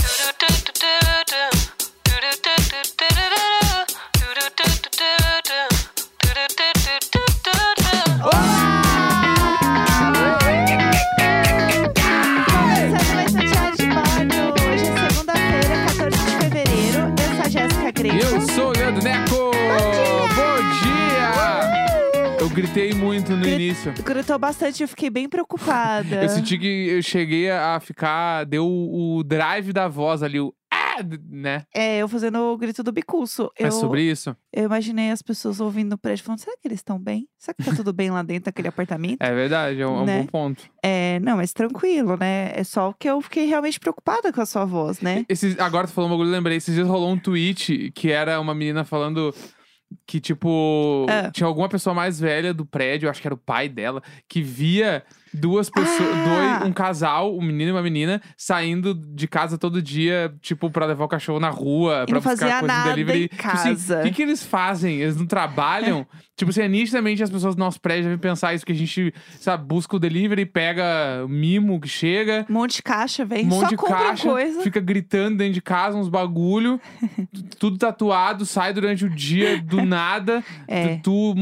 é gritei muito no Gri- início. Gritou bastante, eu fiquei bem preocupada. Eu senti que eu cheguei a ficar. Deu o drive da voz ali, o. "Ah", Né? É, eu fazendo o grito do bicurso. Eu, É sobre isso? eu imaginei as pessoas ouvindo no prédio falando: será que eles estão bem? Será que tá tudo bem lá dentro daquele apartamento? É verdade, é um, é um Né? bom ponto. É, não, mas tranquilo, né? É só que eu fiquei realmente preocupada com a sua voz, né? Esses, agora tu falou um bagulho, eu lembrei. Esses dias rolou um tweet que era uma menina falando que, tipo, Ah. tinha alguma pessoa mais velha do prédio, acho que era o pai dela, que via duas pessoas, Ah! dois, um casal, um menino e uma menina, saindo de casa todo dia, tipo, pra levar o cachorro na rua, E pra não buscar fazia coisa nada no delivery. em Tipo assim, casa. o que, que eles fazem? Eles não trabalham? tipo assim, é nitidamente as pessoas do nosso prédio devem pensar isso, que a gente, sabe, busca o delivery, pega mimo que chega. Um monte de caixa, Um vem. monte Só de compra caixa, coisa. fica gritando dentro de casa, uns bagulho, tu- tudo tatuado, sai durante o dia do nada. É. Tu, tu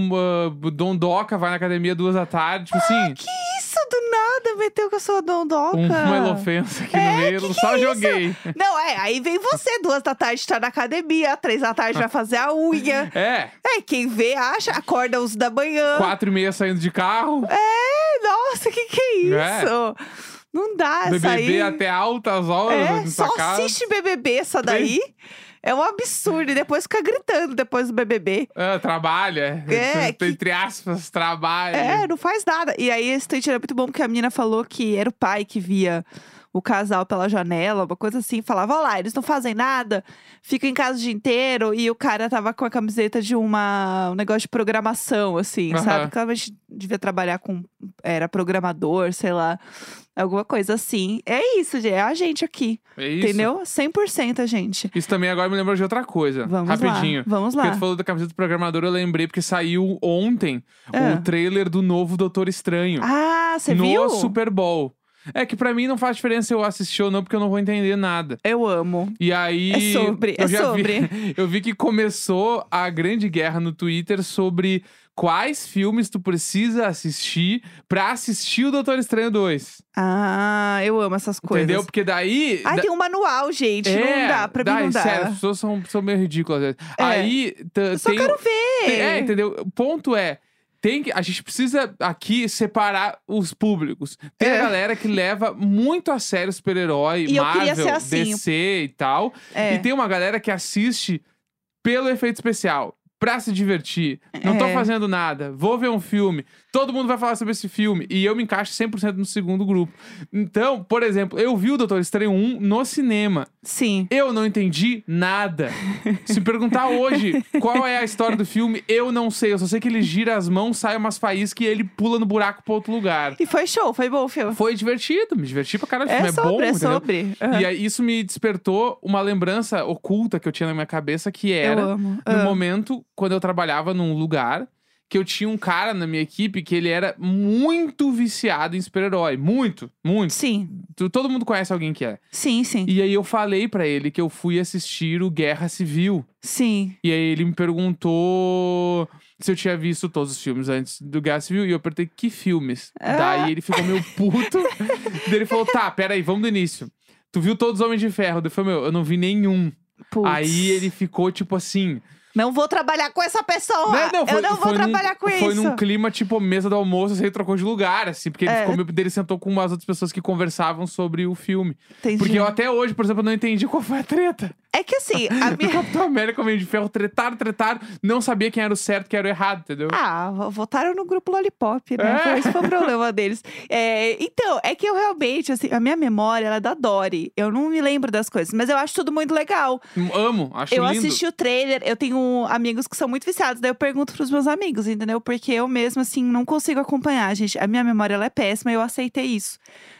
ah, dondoca, vai na academia duas da tarde, tipo assim, Ah, Que isso, do nada meteu com a sua dondoca. um, uma elofensa aqui no meio, que só que é isso? joguei. Não, é, aí vem você, duas da tarde tá na academia, três da tarde vai fazer a unha. É, É, quem vê, acha, acorda uns da manhã. quatro e meia saindo de carro, É, nossa, que que é É. isso? Não dá essa BBB aí. até altas horas é, aqui só pra casa. assiste BBB essa daí. É um absurdo. E depois fica gritando depois do BBB. Ah, trabalha. É, Entre- Entre aspas, trabalha. né? É, não faz nada. E aí esse tweet era muito bom, porque a menina falou que era o pai que via o casal pela janela, uma coisa assim. Falava, olha lá, eles não fazem nada, ficam em casa o dia inteiro. E o cara tava com a camiseta de uma, um negócio de programação, assim, Aham. sabe? Claramente devia trabalhar com... Era programador, sei lá. Alguma coisa assim. É isso, gente. É a gente aqui, É isso. entendeu? 100% a gente. Isso também agora me lembrou de outra coisa. Vamos rapidinho. lá, vamos Porque lá. tu falou da camiseta do programador, eu lembrei, porque saiu ontem Ah. o trailer do novo Doutor Estranho. Ah, você no viu? assim, Super Bowl. É que pra mim não faz diferença eu assistir ou não, porque eu não vou entender nada. Eu amo. E aí. É sobre, eu é já Vi, sobre. eu vi que começou a grande guerra no Twitter sobre quais filmes tu precisa assistir pra assistir o Doutor Estranho 2. Ah, eu amo essas coisas. Entendeu? Porque daí. Ai, da- tem um manual, gente. É, não dá, pra mim dá, não dá. Sério, as pessoas são, são meio ridículas. às vezes. É. Aí. t- Eu só tem- quero ver. Tem- é, entendeu? O ponto é. Tem que, a gente precisa aqui separar os públicos. Tem É. a galera que leva muito a sério super-herói, E eu queria Marvel, ser assim. DC e tal. É. E tem uma galera que assiste pelo efeito especial, pra se divertir. Não tô É. fazendo nada, vou ver um filme. Todo mundo vai falar sobre esse filme. E eu me encaixo 100% no segundo grupo. Então, por exemplo, eu vi o Doutor Estranho 1 no cinema. Sim. Eu não entendi nada. Se perguntar hoje qual é a história do filme, eu não sei. Eu só sei que ele gira as mãos, sai umas faíscas e ele pula no buraco pra outro lugar. E foi show, foi bom o filme. Foi divertido, me diverti pra caralho. O filme É é sobre, bom, é entendeu? sobre. Aham. E aí, isso me despertou uma lembrança oculta que eu tinha na minha cabeça, que eu era amo. no Ah. momento quando eu trabalhava num lugar que eu tinha um cara na minha equipe que ele era muito viciado em super-herói. Muito, muito. Sim, Tu- Todo mundo conhece alguém que é. sim, sim. E aí eu falei pra ele que eu fui assistir o Guerra Civil. Sim. E aí ele me perguntou se eu tinha visto todos os filmes antes do Guerra Civil. E eu perguntei que filmes. Ah. Daí ele ficou meio puto. Daí ele falou: tá, peraí, vamos do início. Tu viu todos os Homens de Ferro? Daí eu falei, meu, eu não vi nenhum. Putz. Aí ele ficou tipo assim. Não vou trabalhar com essa pessoa! eu não vou num- trabalhar com Foi isso! num clima tipo mesa do almoço, assim, ele trocou de lugar, assim, porque ele É. ficou meio. daí Ele sentou com umas outras pessoas que conversavam sobre o filme. Entendi. Porque eu até hoje, por exemplo, eu não entendi qual foi a treta. É que assim, a Do minha... Capitão América, Homem de Ferro, tretaram, tretaram, não sabia quem era o certo, quem era o errado, entendeu? Ah, vo- votaram no grupo Lollipop, né? É. Foi, esse foi o problema deles. É, então, é que eu realmente, assim, a minha memória, ela é da Dory. Eu não me lembro das coisas, mas eu acho tudo muito legal. Amo, acho Eu lindo. assisti o trailer, eu tenho amigos que são muito viciados, daí eu pergunto pros meus amigos, entendeu? Porque eu mesma, assim, não consigo acompanhar, gente. A minha memória, ela é péssima, eu aceitei isso,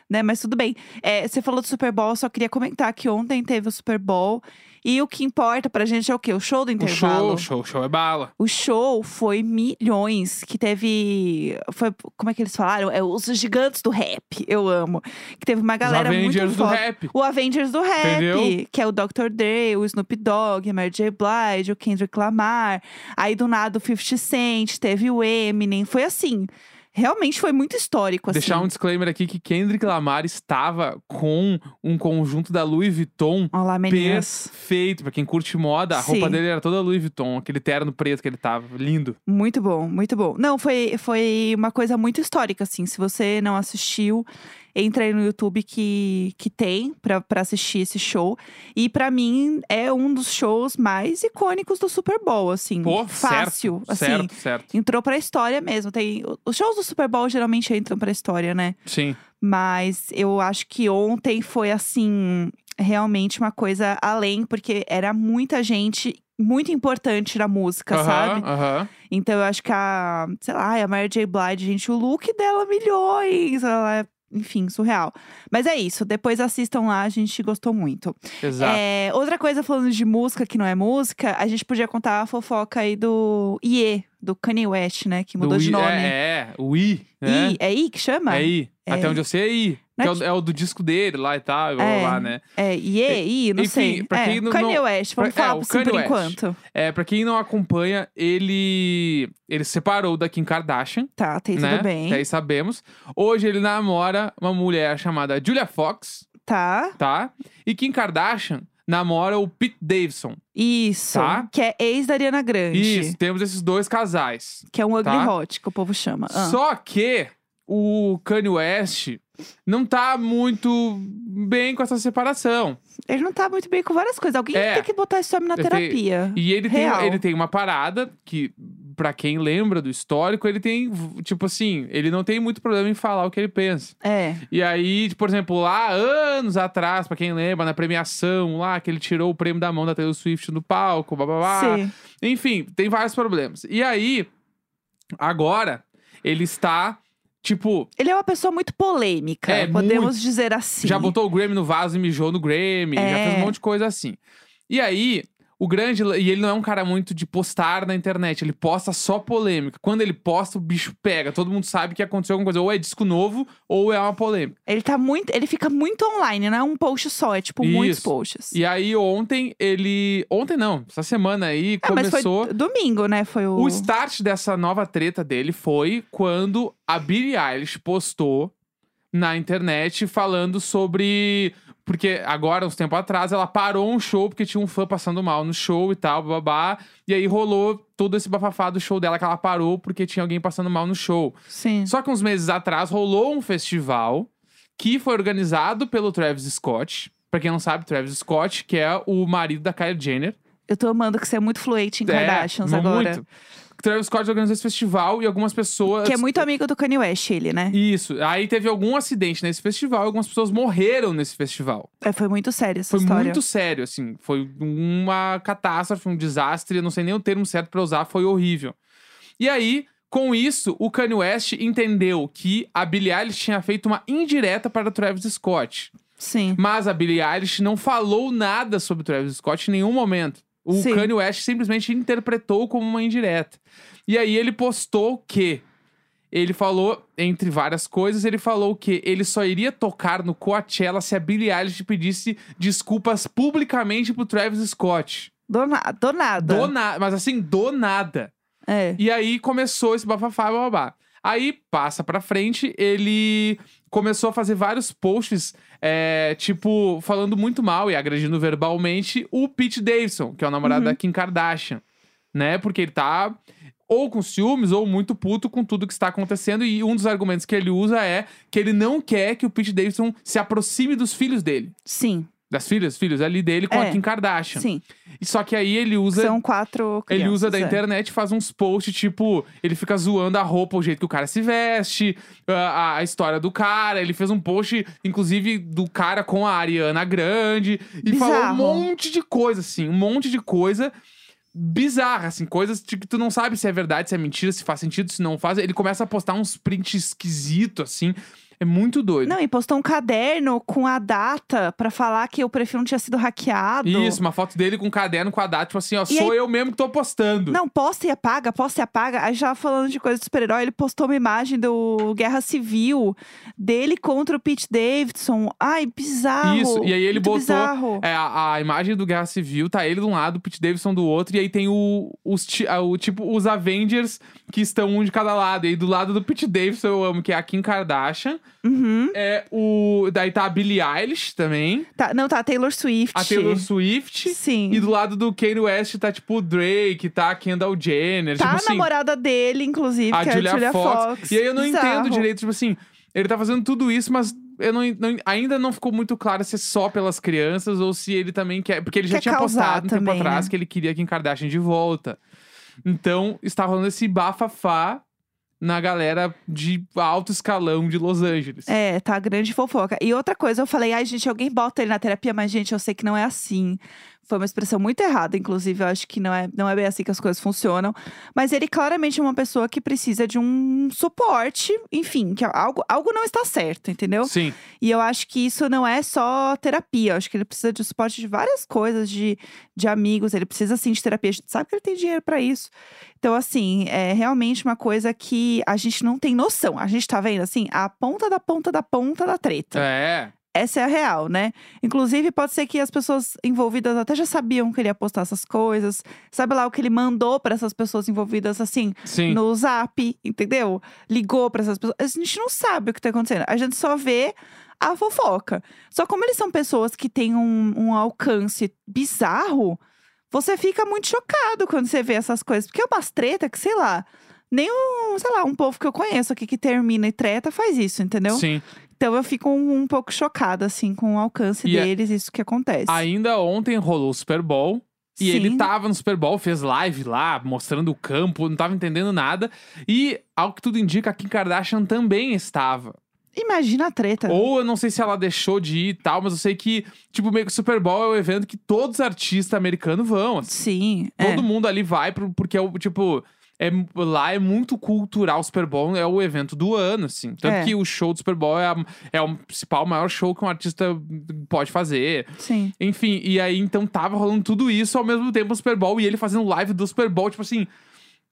né? Mas tudo bem. É, você falou do Super Bowl, eu só queria comentar que ontem teve o Super Bowl. E o que importa pra gente é o quê? O show do o intervalo. show, show, show é bala. O show foi milhões, que teve. Foi, como é que eles falaram? É os gigantes do rap, eu amo. Que teve uma galera Os Avengers muito do foda. Tipo rap. O Avengers do rap, Entendeu? que é o Dr. Dre, o Snoop Dogg, a Mary J. Blige, o Kendrick Lamar. Aí do nada o 50 Cent, teve o Eminem. Foi assim. realmente foi muito histórico, assim. Deixar um disclaimer aqui que Kendrick Lamar estava com um conjunto da Louis Vuitton Olha lá, meninas. perfeito. Pra quem curte moda, a Sim. roupa dele era toda Louis Vuitton, aquele terno preto que ele tava. Lindo. Muito bom, muito bom. Não, foi, foi uma coisa muito histórica, assim. Se você não assistiu, entra aí no YouTube que, que tem pra, pra assistir esse show. E pra mim, é um dos shows mais icônicos do Super Bowl, assim. Pô, fácil, certo, assim. certo, certo. Entrou pra história mesmo. Tem, os shows do Super Bowl geralmente entram pra história, né? Sim. Mas eu acho que ontem foi assim, realmente uma coisa além, porque era muita gente muito importante na música, Aham, sabe? aham. Então eu acho que a, sei lá, a Mary J. Blige, gente, o look dela milhões, ela é, enfim, surreal. Mas é isso, depois assistam lá, a gente gostou muito. Exato. É, outra coisa falando de música que não é música, a gente podia contar a fofoca aí do IE, do Kanye West, né, que mudou Do de I- nome. É, é, o I, né? I, é I que chama? É I. É. Até onde eu sei é I. Não Que é é o, é o do disco dele lá e tal, e blá, blá, É. blá, né? É, IE, I, não Enfim, sei. pra é, quem não- Kanye não- West, vamos pra- é, falar o por, sim, por Kanye West. enquanto. É, pra quem não acompanha, ele, ele separou da Kim Kardashian, Tá, tem né? tudo bem. Até aí sabemos. Hoje ele namora uma mulher chamada Julia Fox, Tá, tá? E Kim Kardashian namora o Pete Davidson. isso. Tá. Que é ex da Ariana Grande. Isso, temos esses dois casais. Que é um ugly Tá. hot, que o povo chama. Ah. Só que o Kanye West não tá muito bem com essa separação. Ele não tá muito bem com várias coisas. Alguém É. tem que botar esse homem na Ele tem- terapia. E ele tem, Real. ele tem uma parada que, pra quem lembra do histórico, ele tem, tipo assim, ele não tem muito problema em falar o que ele pensa. É, E aí, tipo, por exemplo, lá anos atrás, pra quem lembra, na premiação lá, que ele tirou o prêmio da mão da Taylor Swift no palco, blá blá blá. sim. Enfim, tem vários problemas. E aí, agora, ele está, tipo, Ele é uma pessoa muito polêmica, É, podemos dizer assim. já botou o Grammy no vaso e mijou no Grammy, já É. fez um monte de coisa assim. E aí, o grande. E ele não é um cara muito de postar na internet, ele posta só polêmica. Quando ele posta, o bicho pega. Todo mundo sabe que aconteceu alguma coisa. Ou é disco novo, ou é uma polêmica. Ele tá muito. Ele fica muito online, não é um post só, é tipo muitos Isso. posts. E aí, ontem, ele. Ontem não, essa semana aí é, mas foi começou. domingo, né? Foi o. O start dessa nova treta dele foi quando a Billie Eilish postou na internet falando sobre. Porque agora, uns tempos atrás, ela parou um show porque tinha um fã passando mal no show e tal, babá. E aí rolou todo esse bafafá do show dela que ela parou porque tinha alguém passando mal no show. Sim. Só que uns meses atrás rolou um festival que foi organizado pelo Travis Scott. Pra quem não sabe, Travis Scott, que é o marido da Kylie Jenner. Eu tô amando que você é muito fluente em É, Kardashians mu- agora. Muito. Travis Scott organizou esse festival e algumas pessoas. Que é muito amigo do Kanye West, ele, né? Isso. Aí teve algum acidente nesse festival e algumas pessoas morreram nesse festival. É, foi muito sério essa Foi história. muito sério, assim. Foi uma catástrofe, um desastre. Eu não sei nem o termo certo pra usar, foi horrível. E aí, com isso, o Kanye West entendeu que a Billie Eilish tinha feito uma indireta para o Travis Scott. Sim. Mas a Billie Eilish não falou nada sobre o Travis Scott em nenhum momento. O Sim. Kanye West simplesmente interpretou como uma indireta. E aí ele postou que ele falou, entre várias coisas, ele falou que ele só iria tocar no Coachella se a Billie Eilish pedisse desculpas publicamente pro Travis Scott. Do, na... do nada. Do na- mas assim, do nada. É. E aí começou esse bafafá, babá. Aí passa pra frente, ele começou a fazer vários posts, é, tipo, falando muito mal e agredindo verbalmente o Pete Davidson, que é o namorado Uhum. da Kim Kardashian, né? Porque ele tá ou com ciúmes ou muito puto com tudo que está acontecendo. E um dos argumentos que ele usa é que ele não quer que o Pete Davidson se aproxime dos filhos dele. Sim, Das filhas, filhos ali dele com É, a Kim Kardashian. sim. E Só que aí ele usa São quatro crianças. ele usa da é. internet e faz uns posts, tipo, ele fica zoando a roupa, o jeito que o cara se veste, a, a- a história do cara. Ele fez um post, inclusive, do cara com a Ariana Grande. E falou um Bizarro. monte de coisa, assim, um monte de coisa bizarra, assim, coisas de que tu não sabe se é verdade, se é mentira, se faz sentido, se não faz. Ele começa a postar uns prints esquisitos, assim. É muito doido. Não, e postou um caderno com a data pra falar que o perfil não tinha sido hackeado. Isso, uma foto dele com um caderno com a data, tipo assim, ó, E sou eu mesmo que tô postando. Não, posta e apaga, posta e apaga. Aí já tava falando de coisa de super-herói, ele postou uma imagem do Guerra Civil dele contra o Pete Davidson. Ai, bizarro. Isso, e aí ele muito botou- Bizarro. É, a, a imagem do Guerra Civil tá ele de um lado, o Pete Davidson do outro, e aí tem o, os, ti- ah, o tipo os Avengers que estão um de cada lado. E aí do lado do Pete Davidson eu amo, que é a Kim Kardashian. Uhum. É o. Daí tá a Billie Eilish também, Tá, não, tá, a Taylor Swift. a Taylor Swift. Sim. E do lado do Kanye West tá tipo o Drake, tá a Kendall Jenner. Tá tipo a assim, namorada dele, inclusive, a que Julia, é a Julia Fox. Fox. E aí eu não Bizarro. entendo direito, tipo assim, ele tá fazendo tudo isso, mas eu não, não- ainda não ficou muito claro se é só pelas crianças ou se ele também quer. Porque ele já Quer tinha causar postado um tempo também, atrás né? que ele queria Kim Kardashian de volta. Então, está rolando esse bafafá na galera de alto escalão de Los Angeles. É, tá grande fofoca. E outra coisa, eu falei, ai, gente, alguém bota ele na terapia, mas, gente, eu sei que não é assim. Foi uma expressão muito errada, inclusive, eu acho que não é, não é bem assim que as coisas funcionam. Mas ele claramente é uma pessoa que precisa de um suporte, enfim, que é algo, algo não está certo, entendeu? Sim. E eu acho que isso não é só terapia. Eu acho que ele precisa de suporte de várias coisas, de, de amigos. Ele precisa, sim, de terapia. A gente sabe que ele tem dinheiro pra isso. Então, assim, é realmente uma coisa que a gente não tem noção. A gente tá vendo, assim, a ponta da ponta da ponta da treta. É. Essa é a real, né? Inclusive, pode ser que as pessoas envolvidas até já sabiam que ele ia postar essas coisas. Sabe lá o que ele mandou pra essas pessoas envolvidas, assim, Sim. no zap, entendeu? Ligou pra essas pessoas. A gente não sabe o que tá acontecendo. A gente só vê a fofoca. Só como eles são pessoas que têm um, um alcance bizarro, você fica muito chocado quando você vê essas coisas. Porque é umas treta que, sei lá, nem um, sei lá, um povo que eu conheço aqui que termina e treta faz isso, entendeu? Sim. Então eu fico um, um pouco chocada, assim, com o alcance E é- deles, isso que acontece. Ainda ontem rolou o Super Bowl. E ele tá Sim. tava no Super Bowl, fez live lá, mostrando o campo, não tava entendendo nada. E, ao que tudo indica, a Kim Kardashian também estava. Imagina a treta. Ou eu não sei se ela deixou de ir e tal, mas eu sei que, tipo, meio que o Super Bowl é o evento que todos os artistas americanos vão. assim. Sim. é. Todo mundo ali vai, pro- porque é o, tipo. É, lá é muito cultural o Super Bowl, é o evento do ano, assim. Tanto É. que o show do Super Bowl é, a- é o principal, maior show que um artista pode fazer. é, Sim. Enfim, e aí então tava rolando tudo isso ao mesmo tempo no Super Bowl e ele fazendo live do Super Bowl, tipo assim,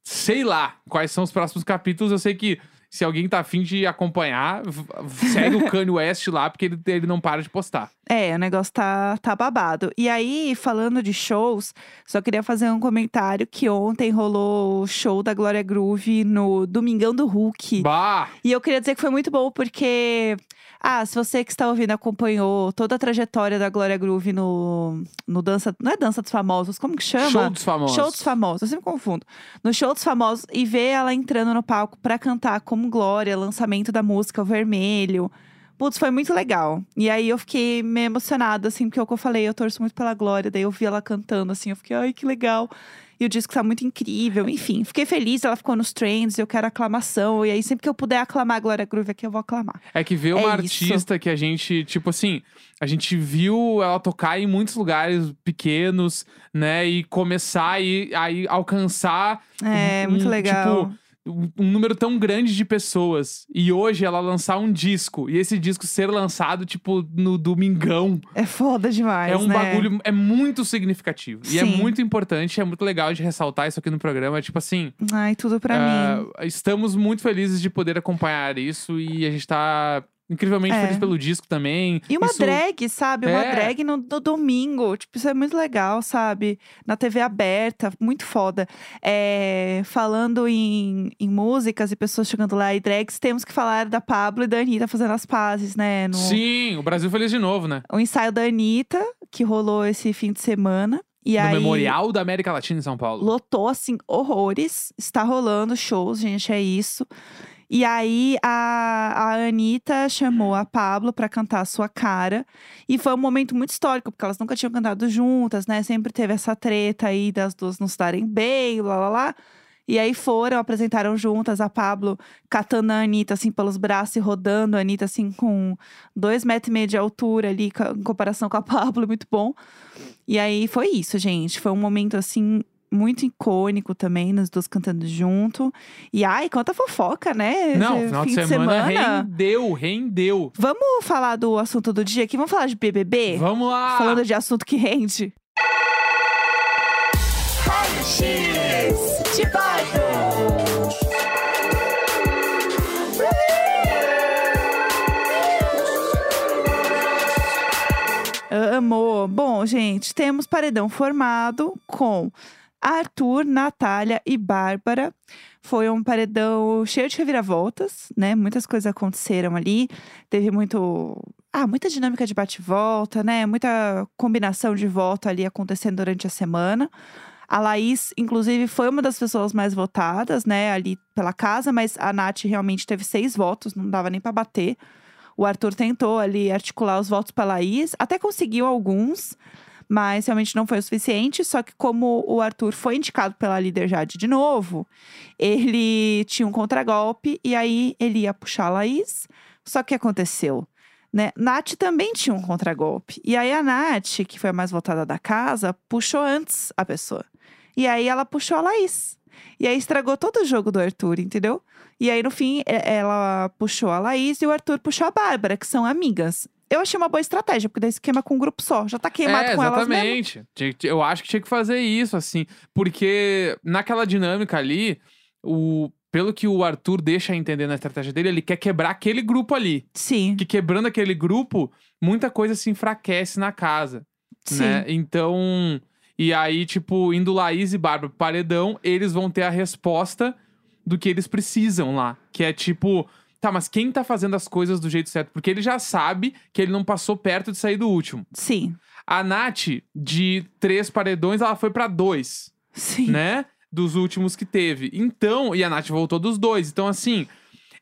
sei lá quais são os próximos capítulos. Eu sei que se alguém tá afim de acompanhar, v- v- segue o Kanye West lá, porque ele, ele não para de postar. É, o negócio tá, tá babado. E aí, falando de shows, só queria fazer um comentário que ontem rolou o show da Glória Groove no Domingão do Hulk. Bah! E eu queria dizer que foi muito bom, porque. Ah, se você que está ouvindo acompanhou toda a trajetória da Glória Groove no, no Dança. Não é Dança dos Famosos, como que chama? Show dos famosos. Show dos famosos, eu sempre confundo. No show dos famosos e ver ela entrando no palco pra cantar como Glória, lançamento da música O Vermelho. Putz, foi muito legal. E aí eu fiquei meio emocionada, assim, porque é o que eu falei, eu torço muito pela Glória, daí eu vi ela cantando, assim, eu fiquei, ai, que legal. E o disco tá muito incrível, enfim. Fiquei feliz, ela ficou nos trends, eu quero aclamação. E aí, sempre que eu puder aclamar a Glória Groove aqui, eu vou aclamar. É que ver uma É isso. artista que a gente, tipo assim, a gente viu ela tocar em muitos lugares pequenos, né? E começar e aí alcançar É, Hum, muito tipo, legal. um um número tão grande de pessoas e hoje ela lançar um disco e esse disco ser lançado tipo no domingão é foda demais, é um né? bagulho é muito significativo e é Sim. muito importante é muito legal de ressaltar isso aqui no programa é tipo assim Ai, tudo pra ah, mim. estamos muito felizes de poder acompanhar isso e a gente tá incrivelmente É. feliz pelo disco também E uma Isso- drag, sabe? Uma É. drag no, no domingo. Tipo, isso é muito legal, sabe? Na TV aberta, muito foda. É, falando em, em músicas e pessoas chegando lá e drags, temos que falar da Pablo e da Anitta fazendo as pazes, né? No, sim o Brasil feliz de novo né O ensaio da Anitta, que rolou esse fim de semana. E no aí, memorial da América Latina em São Paulo Lotou, assim, horrores. Está rolando shows, gente, é isso. E aí, a, a Anitta chamou a Pablo pra cantar a Sua Cara. E foi um momento muito histórico, porque elas nunca tinham cantado juntas, né? Sempre teve essa treta aí das duas não se darem bem, lá, lá, lá. E aí foram, apresentaram juntas a Pablo catando a Anitta, assim, pelos braços e rodando a Anitta, assim, com dois metros e meio de altura ali, ca- em comparação com a Pablo, muito bom. E aí foi isso, gente. Foi um momento, assim, muito icônico também, nos dois cantando junto. E ai, quanta fofoca, né? Não, Esse final de fim semana, rendeu, rendeu. Vamos falar do assunto do dia aqui? Vamos falar de BBB? Vamos lá! É. Falando de assunto que rende. Amor. Bom, gente, temos paredão formado com Arthur, Natália e Bárbara. Foi um paredão cheio de reviravoltas, né? Muitas coisas aconteceram ali. Teve muito. Ah, muita dinâmica de bate-volta, né? Muita combinação de volta ali acontecendo durante a semana. A Laís, inclusive, foi uma das pessoas mais votadas, né? Ali pela casa, mas a Nath realmente teve seis votos, não dava nem pra bater. O Arthur tentou ali articular os votos para Laís, até conseguiu alguns, mas realmente não foi o suficiente. Só que, como o Arthur foi indicado pela líder Jade de novo, ele tinha um contragolpe e aí ele ia puxar a Laís. Só que o que aconteceu? Né? Nath também tinha um contragolpe. E aí a Nath, que foi a mais votada da casa, puxou antes a pessoa. E aí ela puxou a Laís. E aí estragou todo o jogo do Arthur, entendeu? E aí, no fim, e- ela puxou a Laís e o Arthur puxou a Bárbara, que são amigas. Eu achei uma boa estratégia, porque daí se queima com um grupo só. Já tá queimado é, com elas mesmo. exatamente. Tinha que- Eu acho que tinha que fazer isso, assim. Porque naquela dinâmica ali, o... pelo que o Arthur deixa entender na estratégia dele, ele quer quebrar aquele grupo ali. Sim, Que quebrando aquele grupo, muita coisa se enfraquece na casa, sim. né? Então... E aí, tipo, indo Laís e Bárbara pro paredão, eles vão ter a resposta do que eles precisam lá. Que é tipo... Tá, mas quem tá fazendo as coisas do jeito certo? Porque ele já sabe que ele não passou perto de sair do último. Sim, A Nath, de três paredões, ela foi pra dois, sim. né? Dos últimos que teve. Então, e a Nath voltou dos dois. Então, assim,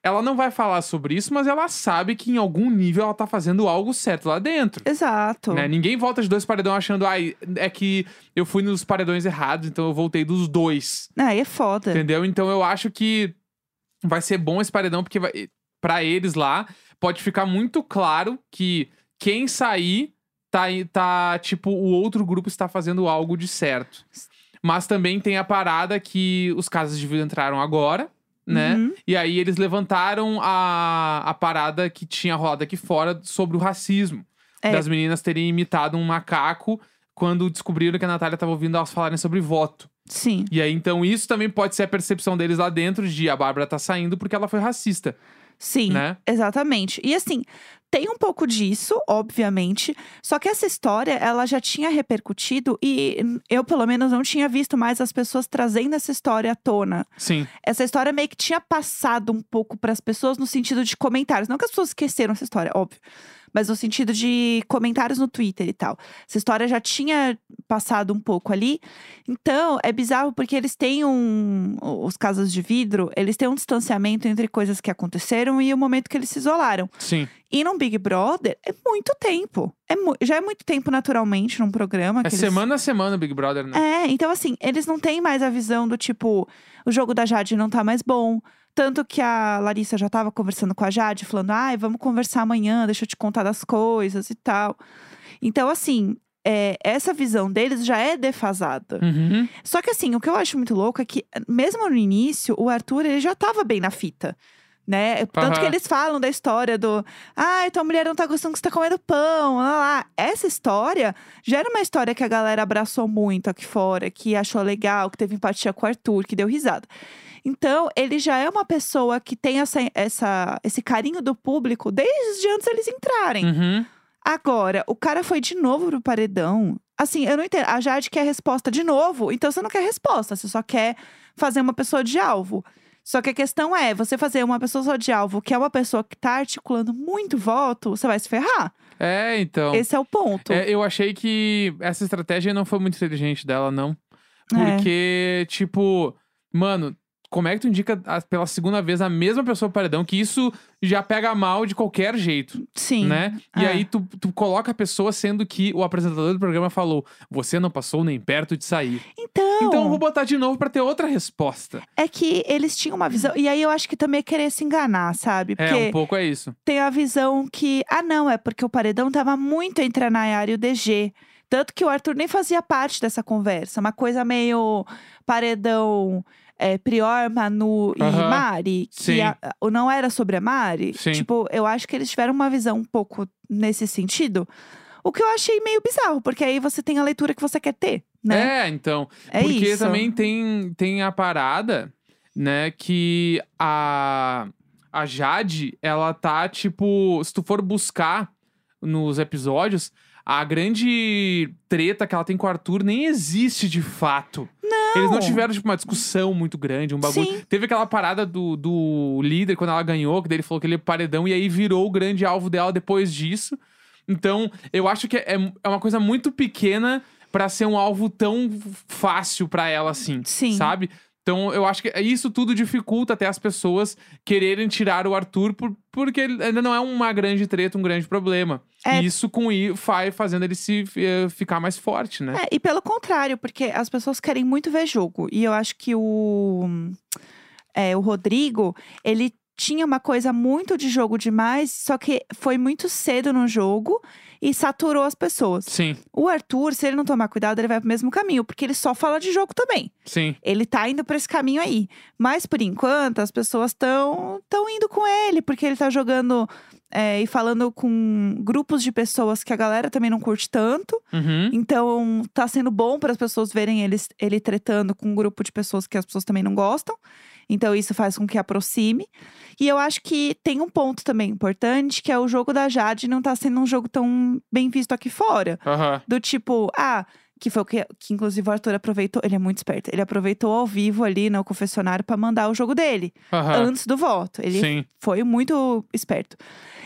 ela não vai falar sobre isso, mas ela sabe que em algum nível ela tá fazendo algo certo lá dentro. Exato. Né? Ninguém volta de dois paredões achando, ai, é que eu fui nos paredões errados, então eu voltei dos dois. Aí é foda. Entendeu? Então eu acho que vai ser bom esse paredão, porque vai, pra eles lá, pode ficar muito claro que quem sair tá, aí- tá, tipo, o outro grupo está fazendo algo de certo. Mas também tem a parada que os casos de vida entraram agora, né? Uhum. E aí eles levantaram a, a parada que tinha rolado aqui fora sobre o racismo. É. Das meninas terem imitado um macaco quando descobriram que a Natália tava ouvindo elas falarem sobre voto. Sim. E aí, então, isso também pode ser a percepção deles lá dentro de a Bárbara tá saindo porque ela foi racista, Sim, né? exatamente. E assim, tem um pouco disso, obviamente, só que essa história, ela já tinha repercutido e hum, eu, pelo menos, não tinha visto mais as pessoas trazendo essa história à tona. Sim. essa história meio que tinha passado um pouco para as pessoas no sentido de comentários. Não que as pessoas esqueceram essa história, óbvio. Mas no sentido de comentários no Twitter e tal. Essa história já tinha passado um pouco ali. Então, é bizarro porque eles têm um. Os casos de vidro, eles têm um distanciamento entre coisas que aconteceram e o momento que eles se isolaram. Sim. É E num Big Brother é muito tempo. É mu- já é muito tempo naturalmente num programa. É que eles- semana a semana o Big Brother, né? é, então assim, eles não têm mais a visão do tipo, o jogo da Jade não tá mais bom. Tanto que a Larissa já tava conversando com a Jade, falando, ai, vamos conversar amanhã, deixa eu te contar das coisas e tal. Então, assim, é, essa visão deles já é defasada. Uhum. Só que assim, o que eu acho muito louco é que, mesmo no início, o Arthur ele já tava bem na fita. Né? Tanto Aham. que eles falam da história do ai, tua mulher não tá gostando que você tá comendo pão, lá, lá, lá. Essa história já era uma história que a galera abraçou muito aqui fora, que achou legal, que teve empatia com o Arthur, que deu risada. Então, ele já é uma pessoa que tem essa, essa, esse carinho do público desde antes eles entrarem. Uhum. Agora, o cara foi de novo pro paredão. Assim, eu não entendo. A Jade quer resposta de novo, então você não quer resposta, você só quer fazer uma pessoa de alvo. Só que a questão é, você fazer uma pessoa só de alvo, que é uma pessoa que tá articulando muito voto, você vai se ferrar. É, então. Esse é o ponto. É, eu achei que essa estratégia não foi muito inteligente dela, não. É. Porque, tipo, mano, como é que tu indica a- pela segunda vez a mesma pessoa pro paredão? Que isso já pega mal de qualquer jeito. Sim. né? E É. aí tu, tu coloca a pessoa sendo que o apresentador do programa falou: você não passou nem perto de sair. Então, Então eu vou botar de novo pra ter outra resposta. é que eles tinham uma visão. E aí eu acho que também é querer se enganar, sabe? Porque É, um pouco é isso. tem a visão que, ah, não, é porque o paredão tava muito entre a Nayara e o DG. Tanto que o Arthur nem fazia parte dessa conversa. Uma coisa meio paredão é, Prior, Manu e Aham. Mari. Sim. Que a- a- não era sobre a Mari. Sim. Tipo, eu acho que eles tiveram uma visão um pouco nesse sentido. O que eu achei meio bizarro, porque aí você tem a leitura que você quer ter, né? É, então. É, Porque isso. também tem, tem a parada, né, que a, a Jade, ela tá, tipo, se tu for buscar nos episódios, a grande treta que ela tem com o Arthur nem existe de fato. Não. Eles não tiveram, tipo, uma discussão muito grande, um bagulho. Sim. Teve aquela parada do, do líder quando ela ganhou, que daí ele falou que ele é paredão, e aí virou o grande alvo dela depois disso. Então, eu acho que é, é uma coisa muito pequena pra ser um alvo tão fácil pra ela assim. Sim. Sabe? Então, eu acho que isso tudo dificulta até as pessoas quererem tirar o Arthur, por- porque ele ainda não é uma grande treta, um grande problema. É. E isso com i vai fazendo ele se eh, ficar mais forte, né? É, e pelo contrário, porque as pessoas querem muito ver jogo. E eu acho que o, é, o Rodrigo, ele tinha uma coisa muito de jogo demais, só que foi muito cedo no jogo e saturou as pessoas. Sim, O Arthur, se ele não tomar cuidado, ele vai pro mesmo caminho, porque ele só fala de jogo também. sim. Ele tá indo pra esse caminho aí. Mas por enquanto, as pessoas estão tão indo com ele, porque ele tá jogando é, e falando com grupos de pessoas que a galera também não curte tanto. Uhum. Então, tá sendo bom para as pessoas verem ele, ele tretando com um grupo de pessoas que as pessoas também não gostam. Então, isso faz com que aproxime. E eu acho que tem um ponto também importante, que é o jogo da Jade não tá sendo um jogo tão bem visto aqui fora. Aham. Do tipo, ah, que foi o que, que inclusive o Arthur aproveitou. Ele é muito esperto. Ele aproveitou ao vivo ali no confessionário para mandar o jogo dele, Aham. antes do voto. Ele Sim. foi muito esperto.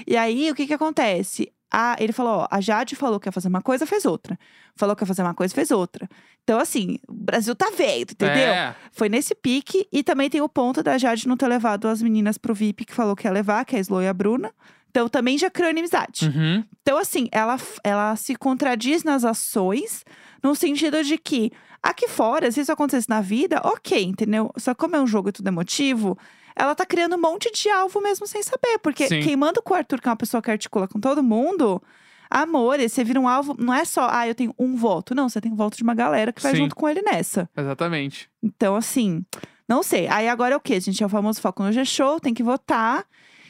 E aí, o que que acontece? A, ele falou, ó, a Jade falou que ia fazer uma coisa, fez outra. Falou que ia fazer uma coisa, fez outra. Então, assim, o Brasil tá veio, entendeu? É. Foi nesse pique. E também tem o ponto da Jade não ter levado as meninas pro VIP que falou que ia levar, que é a Slo e a Bruna. Então, também já criou inimizade. Uhum. Então, assim, ela, f- ela se contradiz nas ações, no sentido de que aqui fora, se isso acontecesse na vida, ok, entendeu? Só como é um jogo e tudo emotivo, ela tá criando um monte de alvo mesmo sem saber. Porque Sim. quem manda com o Arthur, que é uma pessoa que articula com todo mundo, amor, você vira um alvo, não é só, ah, eu tenho um voto. Não, você tem um voto de uma galera que vai Sim. junto com ele nessa. Exatamente. Então, assim, não sei. Aí agora é o quê? A gente é o famoso foco no G-Show, tem que votar.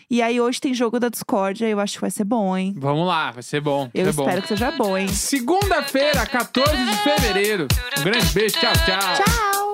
E aí hoje tem jogo da Discord, eu acho que vai ser bom, hein? Vamos lá, vai ser bom. vai Eu ser É bom. espero que seja bom, hein? Segunda-feira, 14 de fevereiro. Um grande beijo, tchau, tchau. Tchau!